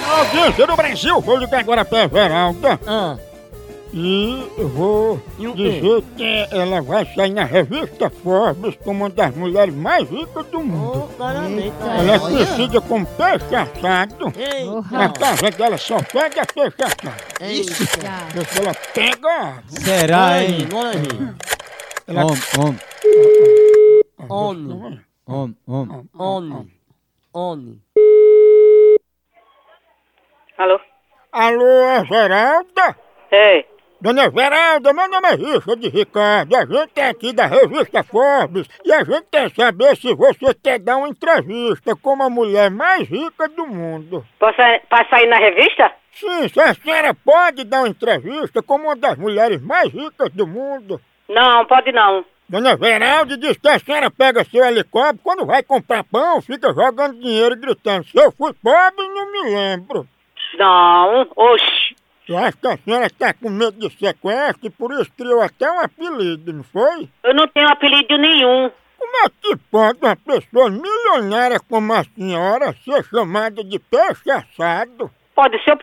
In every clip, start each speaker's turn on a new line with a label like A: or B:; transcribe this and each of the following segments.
A: Bragança, no Brasil. Vou ligar agora pra Everalda
B: Ah,
A: e vou
B: E o quê?
A: dizer que ela vai sair na revista Forbes como uma das mulheres mais ricas do mundo.
B: oh, parabéns,
A: Ela é
B: cara.
A: conhecida como peixe assado.
B: Ei,
A: A casa dela só pega peixe assado.
B: eita.
A: Porque ela pega...
C: Será, hein?
B: Bora, gente.
A: Ela-
C: Homem, homem,
B: Homem,
C: homem, homem.
B: homem, homem.
D: Alô?
A: Alô, Everalda?
D: Ei,
A: Dona Veralda, meu nome é Richard Ricardo, a gente é aqui da revista Forbes e a gente quer saber se você quer dar uma entrevista como a mulher mais rica do mundo.
D: posso passar aí na revista?
A: Sim, se a senhora pode dar uma entrevista como uma das mulheres mais ricas do mundo.
D: Não, pode não.
A: Dona Veralda diz que a senhora pega seu helicóptero, quando vai comprar pão, fica jogando dinheiro e gritando, se eu fui pobre, não me lembro.
D: Não, oxe.
A: Eu acho que a senhora está com medo de sequestro e por isso criou até um apelido, não foi?
D: Eu não tenho apelido nenhum.
A: Como é que pode uma pessoa milionária como a senhora ser chamada de peixe assado?
D: Pode ser o p...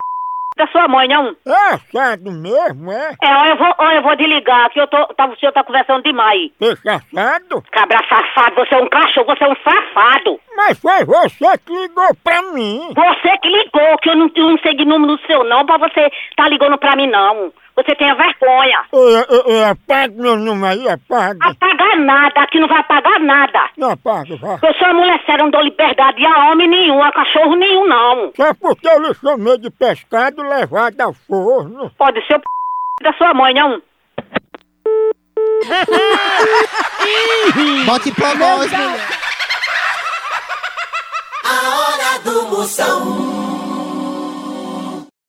D: da sua mãe, não?
A: É assado mesmo, é?
D: É, ó, eu vou, ó, eu vou desligar, que eu tô, tá, o senhor tá conversando demais.
A: Peixe assado?
D: Cabra safado, você é um cachorro, você é um safado.
A: Mas foi você que ligou pra mim.
D: Você que ligou, que eu não, eu não sei de número seu não, pra você tá ligando pra mim não. Você tem vergonha.
A: Eu, eu, eu apago é, meu número aí, apaga.
D: Apagar nada, aqui não vai apagar nada.
A: Não apaga, vá.
D: Eu sou uma mulher séria, não dou liberdade a homem nenhum, a cachorro nenhum não.
A: Só porque eu lhe chamei de pescado levado ao forno.
D: Pode ser o p... da sua mãe, não?
C: Bote pra nós, mulher.
E: A hora do Moção.